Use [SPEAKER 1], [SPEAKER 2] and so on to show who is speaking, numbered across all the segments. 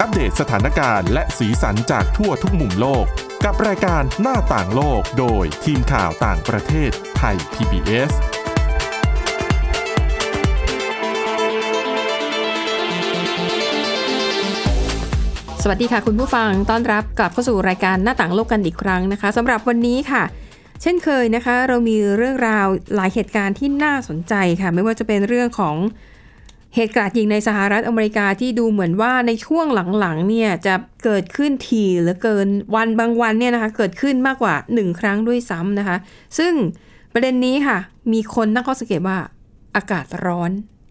[SPEAKER 1] อัปเดตสถานการณ์และสีสันจากทั่วทุกมุมโลก กับรายการหน้าต่างโลกโดยทีมข่าวต่างประเทศไทย PBS
[SPEAKER 2] สวัสดีค่ะคุณผู้ฟังต้อนรับกลับเข้าสู่รายการหน้าต่างโลกกันอีกครั้งนะคะสำหรับวันนี้ค่ะ เช่นเคยนะคะ เรามีเรื่องราวหลายเหตุการณ์ที่น่าสนใจค่ะ ไม่ว่าจะเป็นเรื่องของเหตุการณ์ยิงในสหรัฐอเมริกาที่ดูเหมือนว่าในช่วงหลังๆเนี่ยจะเกิดขึ้นทีเหลือเกินวันบางวันเนี่ยนะคะเกิดขึ้นมากกว่า 1 ครั้งด้วยซ้ำนะคะ ซึ่งประเด็นนี้ค่ะ มีคนตั้งข้อสังเกตว่าอากาศร้อน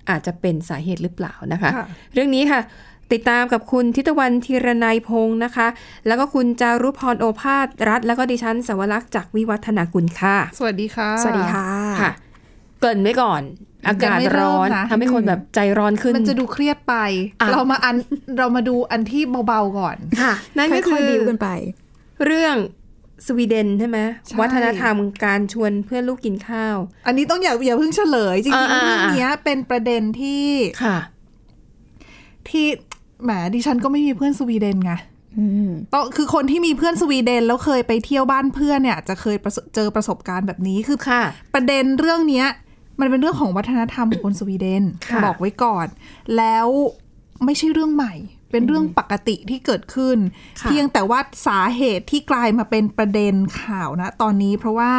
[SPEAKER 2] อาจจะเป็นสาเหตุหรือเปล่านะคะ
[SPEAKER 3] ค่ะ
[SPEAKER 2] เรื่องนี้ค่ะ ติดตามกับคุณทิตวันธีรนัยพงศ์นะคะ แล้วก็คุณจารุพรโอภาสรัฐ แล้วก็ดิฉันสวรักษ์จากวิวัฒนากุลค่ะ
[SPEAKER 3] สวัสดีค่ะ
[SPEAKER 4] สวัสดีค่ะ
[SPEAKER 2] ค่ะ เกรินไว้ก่อน อากาศร้อน
[SPEAKER 3] ยังไม่เริ่มนะ
[SPEAKER 2] ทำให้คนแบบใจร้อนขึ้น
[SPEAKER 3] มันจะดูเครียดไป
[SPEAKER 2] อ่ะ
[SPEAKER 3] เรามาอัน เรามาดูอันที่เบาๆก่อน
[SPEAKER 4] ค่ะ
[SPEAKER 2] นั่นก็คือ
[SPEAKER 4] อยๆบิวกันไป
[SPEAKER 2] เรื่องสวีเดนใช่ไหม
[SPEAKER 3] ใช่
[SPEAKER 2] วัฒนธรรมการชวนเพื่อนลูกกินข้าว
[SPEAKER 3] อันนี้ต้องอย่าอย่าเพิ่งเฉลย จริง
[SPEAKER 2] อ่า
[SPEAKER 3] ๆ
[SPEAKER 2] ๆ
[SPEAKER 3] เรื่องเนี้ยเป็นประเด็นที่
[SPEAKER 2] ค่ะ
[SPEAKER 3] ที่แหมดิฉันก็ไม่มีเพื่อนสวีเดนไง
[SPEAKER 4] อืม
[SPEAKER 3] ต้องคือคนที่มีเพื่อนสวีเดนแล้วเคยไปเที่ยวบ้านเพื่อนเนี่ยจะเคยประสบเจอประสบการณ์แบบนี้คือ
[SPEAKER 2] ค่ะ
[SPEAKER 3] ประเด็นเรื่องเนี้ยมันเป็นเรื่องของวัฒนธรรมของคนสวีเด น
[SPEAKER 2] ค่ะ
[SPEAKER 3] บอกไว้ก่อน แล้วไม่ใช่เรื่องใหม่ เป็นเรื่องปกติที่เกิดขึ้น เพียงแต่ว่าสาเหตุที่กลายมาเป็นประเด็นข่าวนะตอนนี้เพราะว่า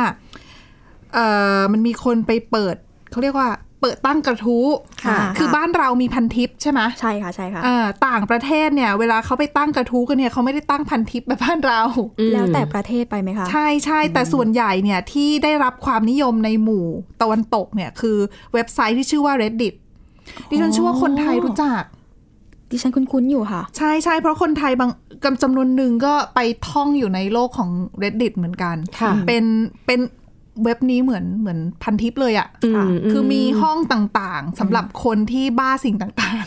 [SPEAKER 3] เอ่อมันมีคนไปเปิดเขาเรียกว่า เปิดตั้งกระทู้
[SPEAKER 4] ค่ะ
[SPEAKER 3] คือบ้านเรามีพันทิปใช่ไหม
[SPEAKER 4] ใช่ค่ะใช่ค่ะ
[SPEAKER 3] เอ่อต่างประเทศเนี่ย เวลาเขาไปตั้งกระทู้กันเนี่ยเขาไม่ได้ตั้งพันทิปแบบบ้านเรา
[SPEAKER 4] แล้วแต่ประเทศไปไหมคะ
[SPEAKER 3] ใช่ใช่แต่ส่วนใหญ่เนี่ยที่ได้รับความนิยมในหมู่ตะวันตกเนี่ยคือเว็บไซต์ที่ชื่อว่า reddit ดิฉันเชื่อว่าคนไทยรู้จัก
[SPEAKER 4] ดิฉันคุ้นๆอยู่ค่ะ
[SPEAKER 3] ใช่ใช่เพราะคนไทยบางกำจำนวนหนึ่งก็ไปท่องอยู่ในโลกของ reddit เหมือนกัน
[SPEAKER 2] ค่ะ
[SPEAKER 3] เป็นเป็นเว็บนี้เหมือนเหมือนพันทิปเลยอะ่ะ
[SPEAKER 2] ค่ะ
[SPEAKER 3] คือมีห้องต่างๆสำหรับคนที่บ้าสิ่งต่าง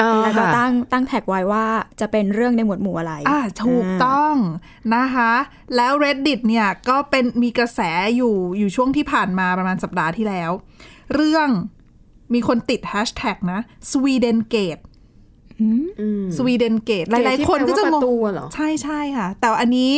[SPEAKER 2] อ่า
[SPEAKER 4] แล้วก็
[SPEAKER 2] ค่ะ
[SPEAKER 4] ตั้งตั้งแท็กไว้ว่าจะเป็นเรื่องในหมวดหมู่อะไร
[SPEAKER 3] ๆ อ่าถูกต้องนะคะ แล้ว reddit เนี่ยก็เป็นมีกระแสอยู่อยู่ช่วงที่ผ่านมาประมาณสัปดาห์ที่แล้ว เรื่องมีคนติดแฮชแท็กนะ Sweden Gate
[SPEAKER 4] อืม
[SPEAKER 3] Sweden Gate หลายๆคนก็จะ
[SPEAKER 2] ที่แปลว่าประ
[SPEAKER 3] งง
[SPEAKER 2] ตูอะเหรอ
[SPEAKER 3] ใช่ใช่ค่ะ แต่อันนี้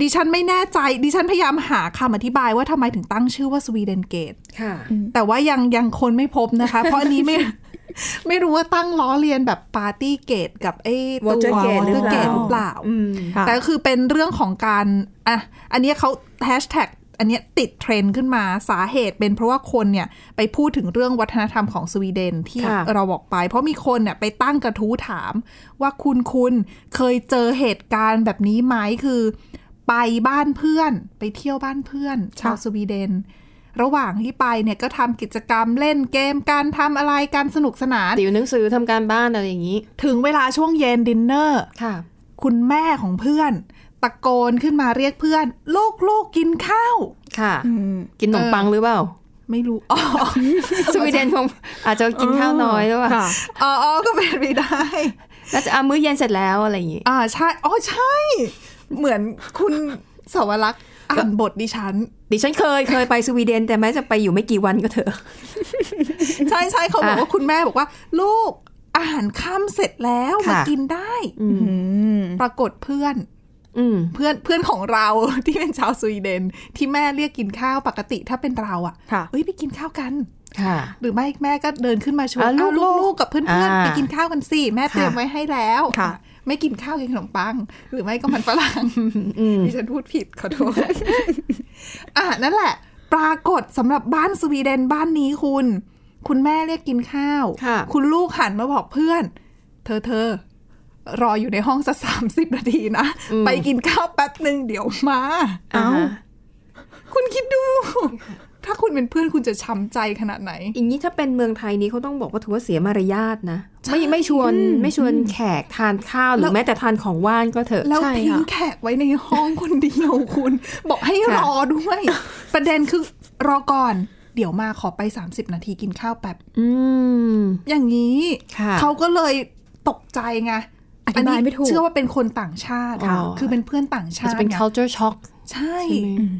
[SPEAKER 3] ดิฉันไม่แน่ใจ ดิฉันพยายามหาคำอธิบายว่าทำไมถึงตั้งชื่อว่าสวีเดนเกต
[SPEAKER 2] ค่ะ
[SPEAKER 3] แต่ว่ายังยังคนไม่พบนะคะ เพราะอันนี้ไม่ ไม่รู้ว่าตั้งล้อเลียนแบบปาร์ตี้เกตกับไอ้ตัว
[SPEAKER 2] Watergate หรือเปล่า
[SPEAKER 3] Watergate หรือเปล่า
[SPEAKER 2] อืม
[SPEAKER 4] ค่ะ
[SPEAKER 3] แต่ก็คือเป็นเรื่องของการอ่ะอันเนี้ยเขาแฮชแท็กอันเนี้ยติดเทรนด์ขึ้นมาสาเหตุเป็นเพราะว่าคนเนี่ยไปพูดถึงเรื่องวัฒนธรรมของสวีเดนที่
[SPEAKER 2] ค่ะ
[SPEAKER 3] เราบอกไป เพราะมีคนเนี่ยไปตั้งกระทู้ถาม ว่าคุณคุณเคยเจอเหตุการณ์แบบนี้ไหมคือ ไปบ้านเพื่อน ไปเที่ยวบ้านเพื่อน ชาวสวีเดน ระหว่างที่ไปเนี่ยก็ทำกิจกรรมเล่นเกมการทำอะไรการสนุกสนาน
[SPEAKER 2] ติวหนังสือทำการบ้านอะไรอย่างนี้
[SPEAKER 3] ถึงเวลาช่วงเย็นดินเนอร์
[SPEAKER 2] ค่ะ
[SPEAKER 3] คุณแม่ของเพื่อน ตะโกนขึ้นมาเรียกเพื่อน ลูกลูกกินข้าว
[SPEAKER 2] ค่ะ
[SPEAKER 4] อืม
[SPEAKER 2] กินขนมปังหรือเป ล่า
[SPEAKER 3] ไม่รู้ อ๋อ
[SPEAKER 2] สวีเดนค งอาจจะกินข้าวน้อยหรือเปล่า
[SPEAKER 3] อ๋ออ๋อก็เป็นไปได้
[SPEAKER 2] แล้วจะเอามื้อเย็นเสร็จแล้วอะไรอย่างงี้
[SPEAKER 3] อ่าใช่อ๋อใช่ เหมือนคุณสวรักษ์อ่านบทดิฉัน
[SPEAKER 2] ดิฉันเคยเคยไปสวีเดนแต่แม้จะไปอยู่ไม่กี่วันก็เถอะ
[SPEAKER 3] ใช่ใช่เขาบอก
[SPEAKER 2] อ่ะ
[SPEAKER 3] ว่าคุณแม่บอกว่า ลูกอาหารค่ำเสร็จแล้ว
[SPEAKER 2] ค่ะ
[SPEAKER 3] มากินได้
[SPEAKER 2] อืม
[SPEAKER 4] อืม
[SPEAKER 3] ปรากฏเพื่อน
[SPEAKER 2] อืม
[SPEAKER 3] เพื่อนเพื่อนของเรา ที่เป็นชาวสวีเดน ที่แม่เรียกกินข้าวปกติถ้าเป็นเราอะ
[SPEAKER 4] ค่ะ
[SPEAKER 3] เอ้ยไปกินข้าวกัน
[SPEAKER 2] ค่ะ
[SPEAKER 3] หรือไม่แม่ก็เดินขึ้นมาชวน
[SPEAKER 2] อ่ะ
[SPEAKER 3] อ้าว
[SPEAKER 2] ลู
[SPEAKER 3] ลู
[SPEAKER 2] กๆ
[SPEAKER 3] กๆกับเพื่อนๆ
[SPEAKER 2] อ่า
[SPEAKER 3] ไปกินข้าวกันสิแม่เตรียม
[SPEAKER 2] ค่ะ
[SPEAKER 3] ไว้ให้แล้ว
[SPEAKER 4] ค่ะ
[SPEAKER 3] ไม่กินข้าวกินขนมปัง หรือไม่ก็มันฝรั่ง
[SPEAKER 2] อืม
[SPEAKER 3] ดิฉันพูดผิดขอโทษ อ่ะนั่นแหละ ปรากฏสำหรับบ้านสวีเดนบ้านนี้คุณ คุณแม่เรียกกินข้าว
[SPEAKER 2] ค่ะ
[SPEAKER 3] ณลูกหันมาบอกเพื่อน เธอเธอรออยู่ในห้องสักสามสิบนาทีนะไปกินข้าวแป๊บหนึ่งเดี๋ยวมา
[SPEAKER 4] เอ้า
[SPEAKER 2] ฮะ
[SPEAKER 3] คุณคิดดู ถ้าคุณเป็นเพื่อนคุณจะช้ำใจขนาดไหน
[SPEAKER 2] อย่างนี้ถ้าเป็นเมืองไทยนี้เขาต้องบอกว่าถือว่าเสียมารยาทนะ ไม่ไม่ชวนไม่ชวนแขกทานข้าวหรือแม้แต่ทานของว่านก็เถอะ
[SPEAKER 3] แล้ว
[SPEAKER 4] ใช่
[SPEAKER 3] ทิ้ง
[SPEAKER 4] ค่ะ
[SPEAKER 3] แขกไว้ในห้องคนเดียวคุณ บอกให้ร
[SPEAKER 2] ค่ะ
[SPEAKER 3] อด้วย ประเด็นคือรอก่อน เดี๋ยวมาขอไป 30 นาทีกินข้าวแป๊บ
[SPEAKER 2] อืม
[SPEAKER 3] อย่างนี้
[SPEAKER 2] ค่ะ
[SPEAKER 3] เขาก็เลยตกใจไง
[SPEAKER 4] อธิบายไม่ถูก
[SPEAKER 3] เชื่อว่าเป็นคนต่างชาติ
[SPEAKER 2] อ๋อ
[SPEAKER 3] คือเป็นเพื่อนต่าง
[SPEAKER 2] อาจ
[SPEAKER 3] ชา
[SPEAKER 2] จะ
[SPEAKER 3] ติ
[SPEAKER 2] เป็น
[SPEAKER 3] ไง
[SPEAKER 2] culture shock
[SPEAKER 3] ใช่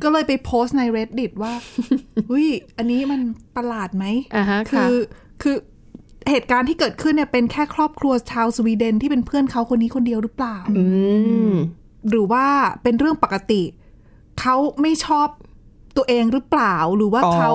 [SPEAKER 3] ก็เลยไปโพสต์ใน reddit ว่า เฮ้ยอันนี้มันประหลาดไหม
[SPEAKER 2] อ่าฮะ
[SPEAKER 3] คื
[SPEAKER 2] ค่ะ
[SPEAKER 3] อคือ เหตุการณ์ที่เกิดขึ้นเนี่ยเป็นแค่ครอบครัวชาวสวีเดนที่เป็นเพื่อนเขาคนนี้คนเดียวหรือเปล่า
[SPEAKER 2] อืม
[SPEAKER 3] หรือว่าเป็นเรื่องปกติ เขาไม่ชอบตัวเองหรือเปล่า หรือว่า
[SPEAKER 2] อ๋อ
[SPEAKER 3] เขา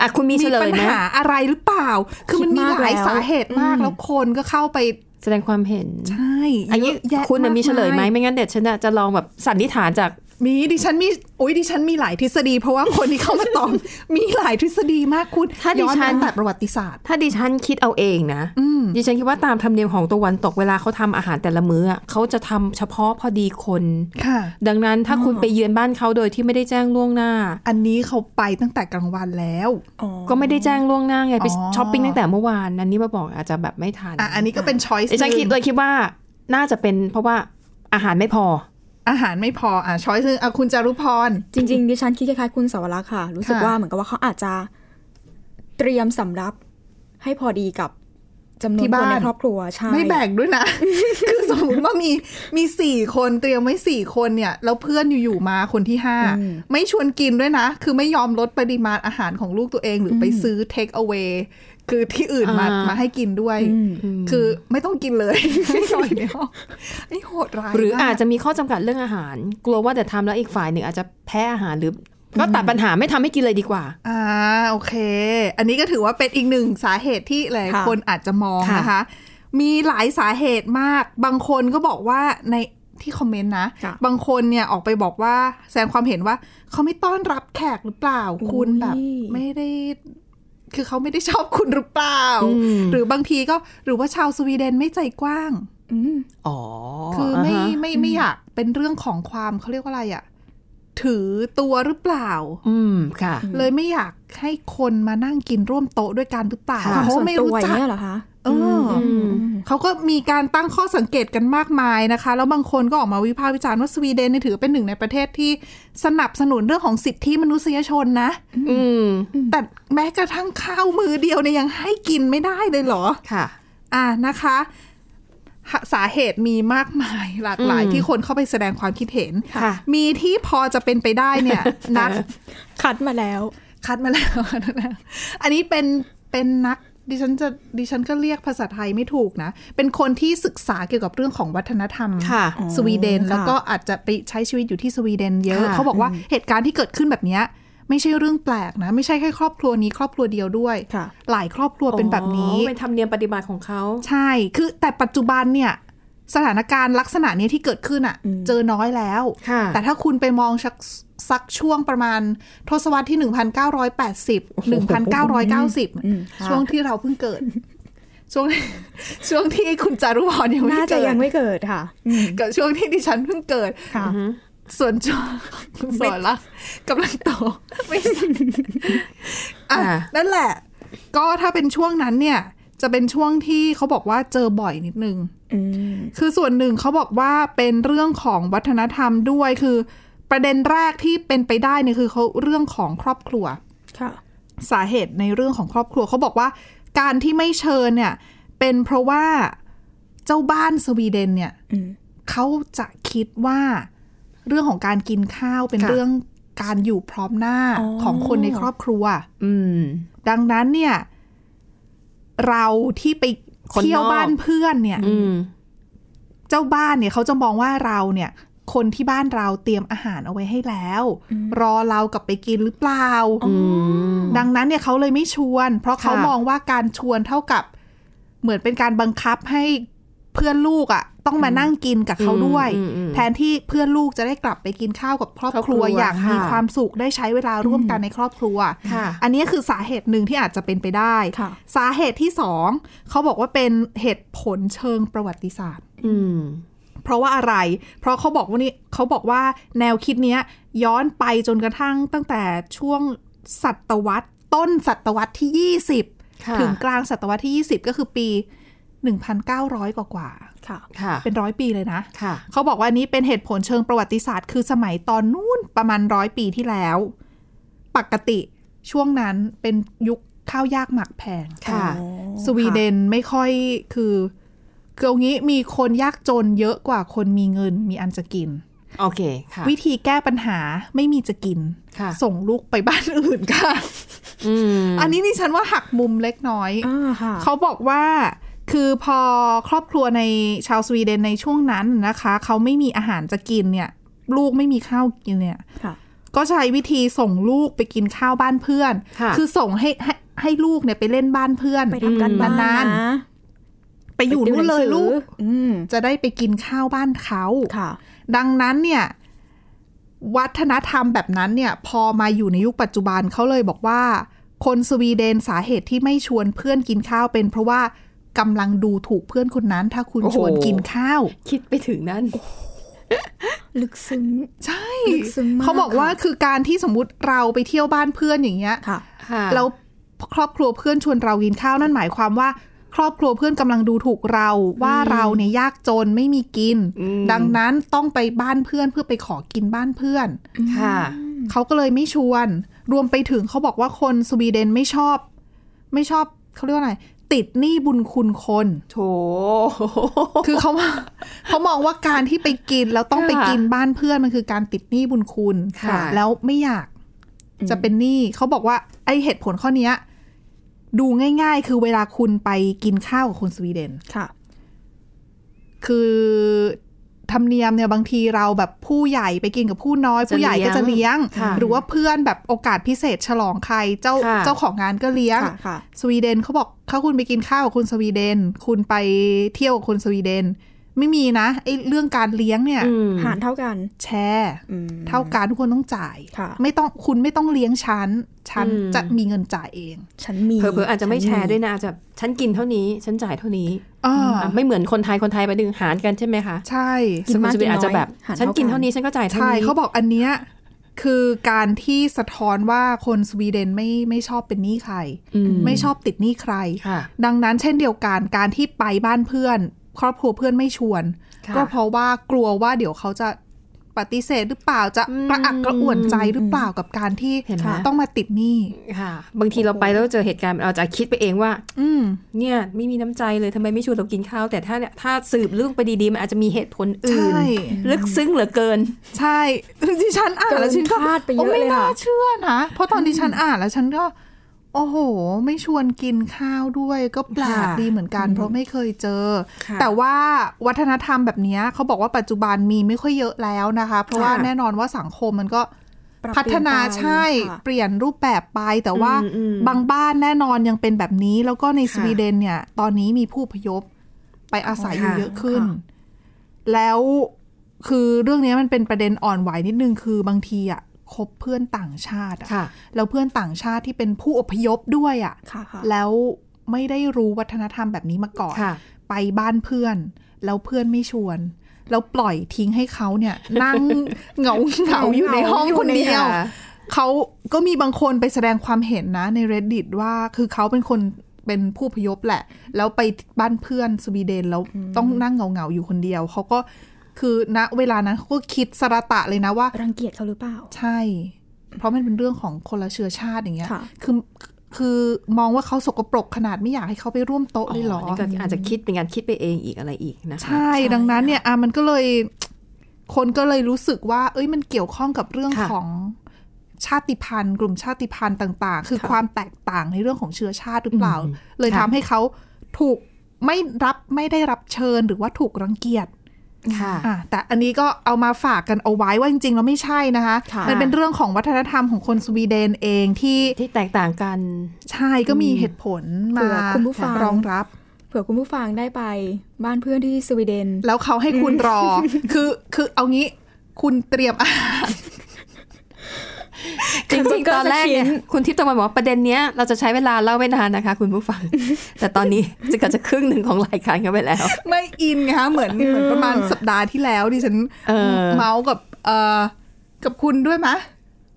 [SPEAKER 2] อ่ะคุณมี
[SPEAKER 3] มี
[SPEAKER 2] เฉล
[SPEAKER 3] ปั
[SPEAKER 2] ย
[SPEAKER 3] ญ
[SPEAKER 2] ไหม
[SPEAKER 3] หาอะไรหรือเปล่า คือมันมี
[SPEAKER 4] คิดมาก
[SPEAKER 3] หลาย
[SPEAKER 4] แล้ว
[SPEAKER 3] สาเหตุมาก
[SPEAKER 4] อืม
[SPEAKER 3] แล้วคนก็เข้าไป
[SPEAKER 2] แสดงความเห็น
[SPEAKER 3] ใช่
[SPEAKER 2] อันนี้
[SPEAKER 3] เยะแยะ
[SPEAKER 2] คุณน่ะ
[SPEAKER 3] าก
[SPEAKER 2] มีเฉลยไหม
[SPEAKER 3] า
[SPEAKER 2] ไม่งั้นเด็ดฉันน่ะจะลองแบบสันนิษฐานจาก
[SPEAKER 3] มีดิฉันมีโอ้ยดิฉันมีหลายทฤษฎี เพราะว่าคนที่เข้ามาตอบ มีหลายทฤษฎีมากคุณ
[SPEAKER 2] ถ้าดิ
[SPEAKER 3] ย้อน
[SPEAKER 2] ฉัน
[SPEAKER 3] ตั้งแต่ประวัติศาสตร์
[SPEAKER 2] ถ้าดิฉันคิดเอาเองนะ
[SPEAKER 3] อืม
[SPEAKER 2] ดิฉันคิดว่าตามธรรมเนียมของตะวันตกเวลาเขาทำอาหารแต่ละมื้ออะเขาจะทำเฉพาะพอดีคน
[SPEAKER 3] ค่ะ
[SPEAKER 2] ดังนั้นถ้าคุณไปเยือนบ้านเขาโดยที่ไม่ได้แจ้งล่วงหน้า
[SPEAKER 3] อันนี้เขาไปตั้งแต่กลางวันแล้ว
[SPEAKER 4] อ๋อ
[SPEAKER 2] ก็ไม่ได้แจ้งล่วงหน้าไงไป
[SPEAKER 3] อ๋อ
[SPEAKER 2] ช้อปปิ้งตั้งแต่เมื่อวานนั้นนี่มาบอกอาจจะแบบไม่ทัน
[SPEAKER 3] อ่ะอันนี้ก็เป็นช้อยส์
[SPEAKER 2] ดิฉันคิดเลยคิดว่าน่าจะเป็นเพราะว่าอาหารไม่พอ
[SPEAKER 3] อาหารไม่พออ่ะช้อยส์หนึ่งอ่ะคุณจารุพร
[SPEAKER 4] จริงๆดิฉันคิดคล้ายๆคุณสาวรักษ์ค่ะ รู้สึก
[SPEAKER 3] ค่ะ
[SPEAKER 4] ว่าเหมือนกับว่าเขาอาจจะเตรียมสำรับให้พอดีกับจำนวนคนในครอบครัวใช่
[SPEAKER 3] ไม่แบ่งด้วยนะ คือสมมติว่ามีมีสี่คนเตรียมไว้สี่คนเนี่ย แล้วเพื่อนอยู่ๆมาคนที่ห้าไม่ชวนกินด้วยนะ คือไม่ยอมลดปริมาณอาหารของลูกตัวเองหรือไปซื้อ take away คือที่อื่นมา
[SPEAKER 2] อ่าม
[SPEAKER 3] มาให้กินด้วย
[SPEAKER 4] อืม
[SPEAKER 3] คือไม่ต้องกินเลย ให้หน่อยเดียว ไอ้โหดร้าย
[SPEAKER 2] หรือ
[SPEAKER 3] มก
[SPEAKER 2] อาจจะมีข้อจำกัดเรื่องอาหาร กลัวว่าแต่ทำแล้วอีกฝ่ายหนึ่งอาจจะแพ้อาหารหรือ ก็ตัดปัญหาไม่ทำให้กินเลยดีกว่า
[SPEAKER 3] อ่าโอเค อันนี้ก็ถือว่าเป็นอีกหนึ่งสาเหตุที่หลาย
[SPEAKER 4] ค่ะ
[SPEAKER 3] คนอาจจะมองนะคะ มีหลายสาเหตุมาก บางคนก็บอกว่าในที่คอมเมนต์นะ
[SPEAKER 4] ค่ะ
[SPEAKER 3] บางคนเนี่ยออกไปบอกว่าแสดงความเห็นว่า เขาไม่ต้อนรับแขกหรือเปล่า คุณแบบไม่ได้ คือเขาไม่ได้ชอบคุณหรือเปล่า
[SPEAKER 2] อืม
[SPEAKER 3] หรือบางทีก็หรือว่าชาวสวีเดนไม่ใจกว้าง
[SPEAKER 4] อืม
[SPEAKER 2] อ๋อ
[SPEAKER 3] คือไม่
[SPEAKER 2] าฮะ
[SPEAKER 3] ไม่ไม่อยากเป็นเรื่องของความเขาเรียกว่าอะไรอะถือตัวหรือเปล่า
[SPEAKER 2] อืมค่ะ
[SPEAKER 3] เลยไม่อยากให้คนมานั่งกินร่วมโต๊ะด้วยกันหรือเปล่า
[SPEAKER 2] ค่ะ
[SPEAKER 4] ความ
[SPEAKER 3] เพราะ
[SPEAKER 4] ส่วน
[SPEAKER 3] ไม่
[SPEAKER 4] ตั
[SPEAKER 3] รู้
[SPEAKER 4] วอ
[SPEAKER 3] จั
[SPEAKER 4] ย่าก งเงี้ยเหรอคะ
[SPEAKER 3] เอออ
[SPEAKER 2] อืม
[SPEAKER 3] เขาก็มีการตั้งข้อสังเกตกันมากมายนะคะ แล้วบางคนก็ออกมาวิพากษ์วิจารณ์ว่าสวีเดนเนี่ยถือเป็นหนึ่งในประเทศที่สนับสนุนเรื่องของสิทธิมนุษยชนนะ
[SPEAKER 2] อืม
[SPEAKER 3] แต่แม้กระทั่งข้าวมือเดียวเนี่ยยังให้กินไม่ได้เลยเหรอ
[SPEAKER 2] ค่ะ
[SPEAKER 3] อ่ะนะคะหาสาเหตุมีมากมายหลากหลาย
[SPEAKER 2] อืม
[SPEAKER 3] ที่คนเข้าไปแสดงความคิดเห็น
[SPEAKER 2] ค่ะ
[SPEAKER 3] มีที่พอจะเป็นไปได้เนี่ย นัก
[SPEAKER 4] คัดมาแล้ว
[SPEAKER 3] คัดมาแล้ว อันนี้เป็นเป็นนักดิฉันจะดิฉันก็เรียกภาษาไทยไม่ถูกนะ เป็นคนที่ศึกษาเกี่ยวกับเรื่องของวัฒนธรรม
[SPEAKER 2] ค่ะ
[SPEAKER 3] สวีเดน
[SPEAKER 4] ค่ะ
[SPEAKER 3] แล้วก็อาจจะไปใช้ชีวิตอยู่ที่สวีเดนเยอะ
[SPEAKER 2] ค่ะ
[SPEAKER 3] เขาบอกว่าเหตุการณ์ที่เกิดขึ้นแบบเนี้ยไม่ใช่เรื่องแปลกนะ ไม่ใช่แค่ครอบครัวนี้ครอบครัวเดียวด้วย
[SPEAKER 4] ค่ะ
[SPEAKER 3] หลายครอบครัวเป็นแบบนี้
[SPEAKER 2] อ๋อเป็นธรรมเนียมปฏิบัติของเขา
[SPEAKER 3] ใช่ คือแต่ปัจจุบันเนี่ยสถานการณ์ลักษณะนี้ที่เกิดขึ้นอะ
[SPEAKER 4] อืม
[SPEAKER 3] เจอน้อยแล้ว
[SPEAKER 2] ค่ะ
[SPEAKER 3] แต่ถ้าคุณไปมองสักสักช่วงประมาณ ทศวรรษที่ 1980
[SPEAKER 4] อืม
[SPEAKER 3] 1990 ช่วงที่เราเพิ่งเกิด ช่วง ช่วงที่คุณจารุพรยังไม่
[SPEAKER 4] น่าจะ
[SPEAKER 3] เกิด
[SPEAKER 4] ยังไม่เกิดค่ะอืม
[SPEAKER 3] กับช่วงที่ดิฉันเพิ่งเกิด
[SPEAKER 4] ค่ะ
[SPEAKER 3] ส่วนช่วงคุณสอนละกำลังโต ไม่ใช่อ่ะ
[SPEAKER 2] อ่ะ
[SPEAKER 3] นั่นแหละ ก็ถ้าเป็นช่วงนั้นเนี่ย จะเป็นช่วงที่เขาบอกว่าเจอบ่อยนิดนึง
[SPEAKER 4] อืม
[SPEAKER 3] คือส่วนหนึ่งเขาบอกว่าเป็นเรื่องของวัฒนธรรมด้วยคือ ประเด็นแรกที่เป็นไปได้เนี่ยคือเขาเรื่องของครอบครัว
[SPEAKER 4] ค่ะ
[SPEAKER 3] สาเหตุในเรื่องของครอบครัวเขาบอกว่า การที่ไม่เชิญเนี่ย เป็นเพราะว่าเจ้าบ้านสวีเดนเนี่ย
[SPEAKER 4] อืม
[SPEAKER 3] เขาจะคิดว่าเรื่องของการกินข้าวเป็น
[SPEAKER 2] ค่ะ
[SPEAKER 3] เรื่องการอยู่พร้อมหน้า
[SPEAKER 4] อ๋อ
[SPEAKER 3] ของคนในครอบครัว
[SPEAKER 2] อืม
[SPEAKER 3] ดังนั้นเนี่ย เราที่ไป
[SPEAKER 2] คนนอก
[SPEAKER 3] เที่ยวบ้านเพื่อนเนี่ย
[SPEAKER 2] อืม
[SPEAKER 3] เจ้าบ้านเนี่ยเขาจะมองว่าเราเนี่ย คนที่บ้านเราเตรียมอาหารเอาไว้ให้แล้ว รอเรากลับไปกินหรือเปล่า ดังนั้นเนี่ยเขาเลยไม่ชวน เพราะเขา
[SPEAKER 2] ค่ะ
[SPEAKER 3] มองว่าการชวนเท่ากับ เหมือนเป็นการบังคับให้เพื่อนลูกอะ่ะ ต้องมานั่งกินกับเขาด้วย
[SPEAKER 2] อืมอืม
[SPEAKER 3] แทนที่เพื่อนลูกจะได้กลับไปกินข้าวกับครอบ
[SPEAKER 2] ครอบ
[SPEAKER 3] ค
[SPEAKER 2] ครั
[SPEAKER 3] รัว
[SPEAKER 2] ว
[SPEAKER 3] อย่าง
[SPEAKER 2] ค่ะ
[SPEAKER 3] มีความสุขได้ใช้เวลาร่วมกันในครอบครัว
[SPEAKER 2] ค่ะ
[SPEAKER 3] อันนี้คือสาเหตุหนึ่งที่อาจจะเป็นไปได้
[SPEAKER 4] ค่ะ
[SPEAKER 3] สาเหตุที่สองเขาบอกว่าเป็นเหตุผลเชิงประวัติศาสตร์
[SPEAKER 2] อืม
[SPEAKER 3] เพราะว่าอะไร เพราะเขาบอกว่านี่เขาบอกว่าแนวคิดเนี้ยย้อนไปจนกระทั่งตั้งแต่ช่วงศตวรรษต้นศตวรรษที่
[SPEAKER 2] ค่ะ
[SPEAKER 3] 20 ถึงกลางศตวรรษที่ 20 ก็คือปี 1,900 กว่ากว่า
[SPEAKER 4] ค่ะ
[SPEAKER 2] ค่ะ
[SPEAKER 3] ๆเป็นร้อยปีเลยนะ
[SPEAKER 2] ค่ะ
[SPEAKER 3] เขาบอกว่านี้เป็นเหตุผลเชิงประวัติศาสตร์ คือสมัยตอนนู้นประมาณร้อยปีที่แล้ว ปกติช่วงนั้นเป็นยุคข้าวยากหมากแพง
[SPEAKER 2] ค่ะ
[SPEAKER 4] อ๋อ
[SPEAKER 3] สวีเดนไม่ค่อยคือคือเอางี้มีคนยากจนเยอะกว่าคนมีเงินมีอันจะกิน
[SPEAKER 2] โอเค ค่ะ
[SPEAKER 3] วิธีแก้ปัญหาไม่มีจะกิน
[SPEAKER 2] ค่ะ
[SPEAKER 3] ส่งลูกไปบ้านอื่นค่ะ
[SPEAKER 2] อืม
[SPEAKER 3] อันนี้นี่ฉันว่าหักมุมเล็กน้อย
[SPEAKER 4] อ่าค่ะ
[SPEAKER 3] เขาบอกว่าคือพอครอบครัวในชาวสวีเดนในช่วงนั้นนะคะ เขาไม่มีอาหารจะกินเนี่ย ลูกไม่มีข้าวกินเนี่ย
[SPEAKER 4] ค่ะ
[SPEAKER 3] ก็ใช้วิธีส่งลูกไปกินข้าวบ้านเพื่อน
[SPEAKER 2] ค่ะ
[SPEAKER 3] คือส่งให้ให้ให้ลูกเนี่ยไปเล่นบ้านเพื่อน
[SPEAKER 4] ไปทำกันบ้าน
[SPEAKER 3] นานๆ
[SPEAKER 4] นะ
[SPEAKER 3] ไปอยู่
[SPEAKER 4] ติว
[SPEAKER 3] นู่น
[SPEAKER 4] ห
[SPEAKER 3] เล
[SPEAKER 4] งสื
[SPEAKER 3] ยลูก
[SPEAKER 4] อืม
[SPEAKER 3] จะได้ไปกินข้าวบ้านเขา
[SPEAKER 4] ค่ะ
[SPEAKER 3] ดังนั้นเนี่ย วัฒนธรรมแบบนั้นเนี่ย พอมาอยู่ในยุคปัจจุบันเขาเลยบอกว่า คนสวีเดนสาเหตุที่ไม่ชวนเพื่อนกินข้าวเป็น เพราะว่ากำลังดูถูกเพื่อนคนนั้น ถ้าคุณ
[SPEAKER 2] โอ้โห
[SPEAKER 3] ชวนกินข้าว
[SPEAKER 2] คิดไปถึงนั่น
[SPEAKER 4] ลึกซึ้ง
[SPEAKER 3] ใช่
[SPEAKER 4] ลึกซึ้งมาก
[SPEAKER 3] เขาบอกว่า
[SPEAKER 4] ค่ะ
[SPEAKER 3] คือการที่สมมติเราไปเที่ยวบ้านเพื่อนอย่างเงี้ย
[SPEAKER 4] ค่ะ
[SPEAKER 2] ค่ะ
[SPEAKER 3] แล้วครอบครัวเพื่อนชวนเรากินข้าวนั่นหมายความว่า ครอบครัวเพื่อนกำลังดูถูกเราว่าเราเนี่ยยากจนไม่มีกิน
[SPEAKER 2] อืม
[SPEAKER 3] ดังนั้นต้องไปบ้านเพื่อนเพื่อไปขอกินบ้านเพื่อน
[SPEAKER 2] ค่ะ
[SPEAKER 3] เขาก็เลยไม่ชวน รวมไปถึงเขาบอกว่าคนสวีเดนไม่ชอบ ไม่ชอบเขาเรียกว่าอะไร ติดหนี้บุญคุณคน
[SPEAKER 2] โถ
[SPEAKER 3] คือเขาว่าเขามองว่าการที่ไปกินแล้วต้อง
[SPEAKER 2] ค่ะ
[SPEAKER 3] ไปกินบ้านเพื่อนมันคือการติดหนี้บุญคุณ
[SPEAKER 2] ค่ะ
[SPEAKER 3] แล้วไม่อยาก
[SPEAKER 4] อืม
[SPEAKER 3] จะเป็นหนี้เขาบอกว่าไอเหตุผลข้อเนี้ยดูง่าย ๆ คือเวลาคุณไปกินข้าวกับคนสวีเดน
[SPEAKER 4] ค่ะ
[SPEAKER 3] คือธรรมเนียมเนี่ยบางทีเราแบบผู้ใหญ่ไปกินกับผู้น้อย
[SPEAKER 2] จะ
[SPEAKER 3] ผู้ใหญ่ก็จะเลี้ยง
[SPEAKER 2] ค่ะ
[SPEAKER 3] หรือว่าเพื่อนแบบโอกาสพิเศษฉลองใครเจ้า
[SPEAKER 2] ค่ะ
[SPEAKER 3] เจ้าของงานก็เลี้ยง
[SPEAKER 4] ค่ะค่ะ
[SPEAKER 3] สวีเดนเขาบอกถ้าคุณไปกินข้าวกับคนสวีเดน คุณไปเที่ยวกับคนสวีเดน ไม่มีนะไอ้เรื่องการเลี้ยงเนี่ย
[SPEAKER 2] อืม
[SPEAKER 4] หารเท่ากัน
[SPEAKER 3] แชร์
[SPEAKER 4] อืม
[SPEAKER 3] เท่ากันทุกคนต้องจ่าย
[SPEAKER 4] ค่ะ
[SPEAKER 3] ไม่ต้องคุณไม่ต้องเลี้ยงฉันฉัน
[SPEAKER 2] อืม
[SPEAKER 3] จะมีเงินจ่ายเอง
[SPEAKER 4] ฉันมี
[SPEAKER 2] เผลอๆอาจจะไม่แชร์
[SPEAKER 4] ฉั
[SPEAKER 2] ด้วยนะอาจจะฉันกินเท่านี้ฉันจ่ายเท่านี้
[SPEAKER 3] อ่า
[SPEAKER 2] อ่ะไม่เหมือนคนไทยคนไทยไปดึงหารกันใช่ไหมคะ
[SPEAKER 3] ใช่
[SPEAKER 4] กินมาก
[SPEAKER 2] สวี
[SPEAKER 4] กินน้อย
[SPEAKER 2] อาจจะแบบ
[SPEAKER 4] หร
[SPEAKER 2] ฉันกินเท่านี้ฉันก็จ่ายเท่า
[SPEAKER 3] ใช่
[SPEAKER 2] นี้
[SPEAKER 3] เขาบอกอันเนี้ยคือการที่สะท้อนว่าคนสวีเดนไม่ไม่ชอบเป็นหนี้ใคร
[SPEAKER 2] อื
[SPEAKER 3] ไม่ชอบติดหนี้ใคร
[SPEAKER 2] ค่ะ
[SPEAKER 3] ดังนั้นเช่นเดียวกันการที่ไปบ้านเพื่อน ครอบครัวเพื่อนไม่ชวน
[SPEAKER 2] ค่ะ
[SPEAKER 3] ก็เพราะว่ากลัวว่าเดี๋ยวเขาจะปฏิเสธหรือเปล่าจะ
[SPEAKER 2] อืม
[SPEAKER 3] กระอักกระอ่วนใจหรือเปล่ากับการที่
[SPEAKER 2] เห็นไหม
[SPEAKER 3] ต้องมาติดหนี้
[SPEAKER 2] ค่ะ บางทีเราไปแล้วเจอเหตุการณ์เราจะคิดไปเองว่า
[SPEAKER 3] อืม
[SPEAKER 2] เนี่ยไม่มีน้ำใจเลยทำไมไม่ชวนเรากินข้าว แต่ถ้าเนี่ยถ้าสืบเรื่องไปดีๆ มันอาจจะมีเหตุผลอื่น
[SPEAKER 3] ใช่
[SPEAKER 2] ลึกซึ้งเหลือเกิน
[SPEAKER 3] ใช่ดิฉันอ่าน
[SPEAKER 4] เกิ
[SPEAKER 3] แล้วฉั
[SPEAKER 4] น
[SPEAKER 3] นก็
[SPEAKER 4] คาดไปเย
[SPEAKER 3] โอ้
[SPEAKER 4] อะ
[SPEAKER 3] ไม่
[SPEAKER 4] เลย
[SPEAKER 3] น่า
[SPEAKER 4] ค่ะ
[SPEAKER 3] เชื่อนะเพราะตอนที่ฉันอ่านแล้วฉันก็ โอ้โห ไม่ชวนกินข้าวด้วย ก็แปลก
[SPEAKER 2] ค่ะ
[SPEAKER 3] ดีเหมือนกัน เพราะไม่เคยเจอ
[SPEAKER 2] ค่ะ
[SPEAKER 3] แต่ว่าวัฒนธรรมแบบเนี้ยเขาบอกว่าปัจจุบันมีไม่ค่อยเยอะแล้วนะคะ เพราะว่า
[SPEAKER 4] ค่ะ
[SPEAKER 3] แน่นอนว่าสังคมมันก็
[SPEAKER 4] ปรับ
[SPEAKER 3] พัฒนา
[SPEAKER 4] เปลี่ยนไป
[SPEAKER 3] ใช่
[SPEAKER 4] ค่ะ
[SPEAKER 3] เปลี่ยนรูปแบบไปแต่ว่า
[SPEAKER 2] อืม
[SPEAKER 3] บางบ้านแน่นอนยังเป็นแบบนี้ แล้วก็ในสวีเดนเนี่ย ตอนนี้มีผู้อพยพ ไปอาศัยอยู่
[SPEAKER 2] ค่ะ
[SPEAKER 3] เยอะขึ้น แล้วคือเรื่องเนี้ยมันเป็นประเด็นอ่อนไหวนิดนึงคือบางทีอ่ะคบเพื่อนต่างชาติอะ
[SPEAKER 2] ค่ะ
[SPEAKER 3] แล้วเพื่อนต่างชาติที่เป็นผู้อพยพด้วยอ่ะ
[SPEAKER 4] ค่ะค่ะ
[SPEAKER 3] แล้วไม่ได้รู้วัฒนธรรมแบบนี้มาก่อน
[SPEAKER 2] ค่ะ
[SPEAKER 3] ไปบ้านเพื่อน แล้วเพื่อนไม่ชวน แล้วปล่อยทิ้งให้เขาเนี่ย นั่งเหงาเหงาๆอยู่ในห้องคนเดียว เขาก็มีบางคนไปแสดงความเห็นนะใน reddit ว่าคือเขาเป็นคนเป็นผู้อพยพแหละ แล้วไปบ้านเพื่อนสวีเดนแล้วต้องนั่งเหงาๆอยู่คนเดียว เขาก็คือณเวลานั้นเขาก็คิดสระตะเลยนะว่า
[SPEAKER 4] รังเกียจเขาหรือเปล่า
[SPEAKER 3] ใช่ เพราะมันเป็นเรื่องของคนละเชื้อชาติอย่างเงี้ย
[SPEAKER 4] ค่ะ
[SPEAKER 3] คือคือมองว่าเขาสกปรกขนาดไม่อยากให้เขาไปร่วมโต๊ะเลยเหรอ
[SPEAKER 2] นี่ก็อาจจะคิดเป็นการคิดไปเองอีกอะไรอีกนะคะ
[SPEAKER 3] ใช่ดังนั้นเนี่ยอ่ะมันก็เลยคนก็เลยรู้สึกว่า เอ้ยมันเกี่ยวข้องกับเรื่อง
[SPEAKER 2] ค่ะ
[SPEAKER 3] ของชาติพันธุ์ กลุ่มชาติพันธุ์ต่าง ๆ คือ
[SPEAKER 2] ค่ะ
[SPEAKER 3] ความแตกต่างในเรื่องของเชื้อชาติหรือเปล่า
[SPEAKER 2] อืม
[SPEAKER 3] เลยทำ
[SPEAKER 2] ค่ะ
[SPEAKER 3] ให้เขาถูกไม่รับไม่ได้รับเชิญหรือว่าถูกรังเกียจ
[SPEAKER 2] ค่ะ
[SPEAKER 3] อ่ะแต่อันนี้ก็เอามาฝากกันเอาไว้ว่าจริงๆแล้วไม่ใช่นะคะ
[SPEAKER 4] ค่ะ
[SPEAKER 3] มันเป็นเรื่องของวัฒนธรรมของคนสวีเดนเองที่
[SPEAKER 2] ที่แตกต่างกัน
[SPEAKER 3] ชายก็มีเหตุผลมา
[SPEAKER 4] เผื่อคุณผู้ฟัง
[SPEAKER 3] รองรับ
[SPEAKER 4] เผื่อคุณผู้ฟังได้ไปบ้านเพื่อนที่สวีเดน
[SPEAKER 3] แล้วเขาให้คุณรอ คือ คือเอางี้ คุณเตรียมอาหาร
[SPEAKER 2] จริง
[SPEAKER 4] ก็
[SPEAKER 2] ๆ ตอนแรกเนี่ย
[SPEAKER 4] จะชิน
[SPEAKER 2] คุณทิพย์ตะวันบอกว่าประเด็นเนี้ยเราจะใช้เวลาเล่าไม่นานนะคะ คุณผู้ ฟัง แต่ตอนนี้จะเกิดจะครึ่งหนึ่งของรายการกันไปแล้ว
[SPEAKER 3] ไม่อินไงคะ เหมือน เหมือนประมาณสัปดาห์ที่แล้วดิฉัน
[SPEAKER 2] เออ
[SPEAKER 3] เมาส์กับ เอ่อ กับคุณด้วยมะ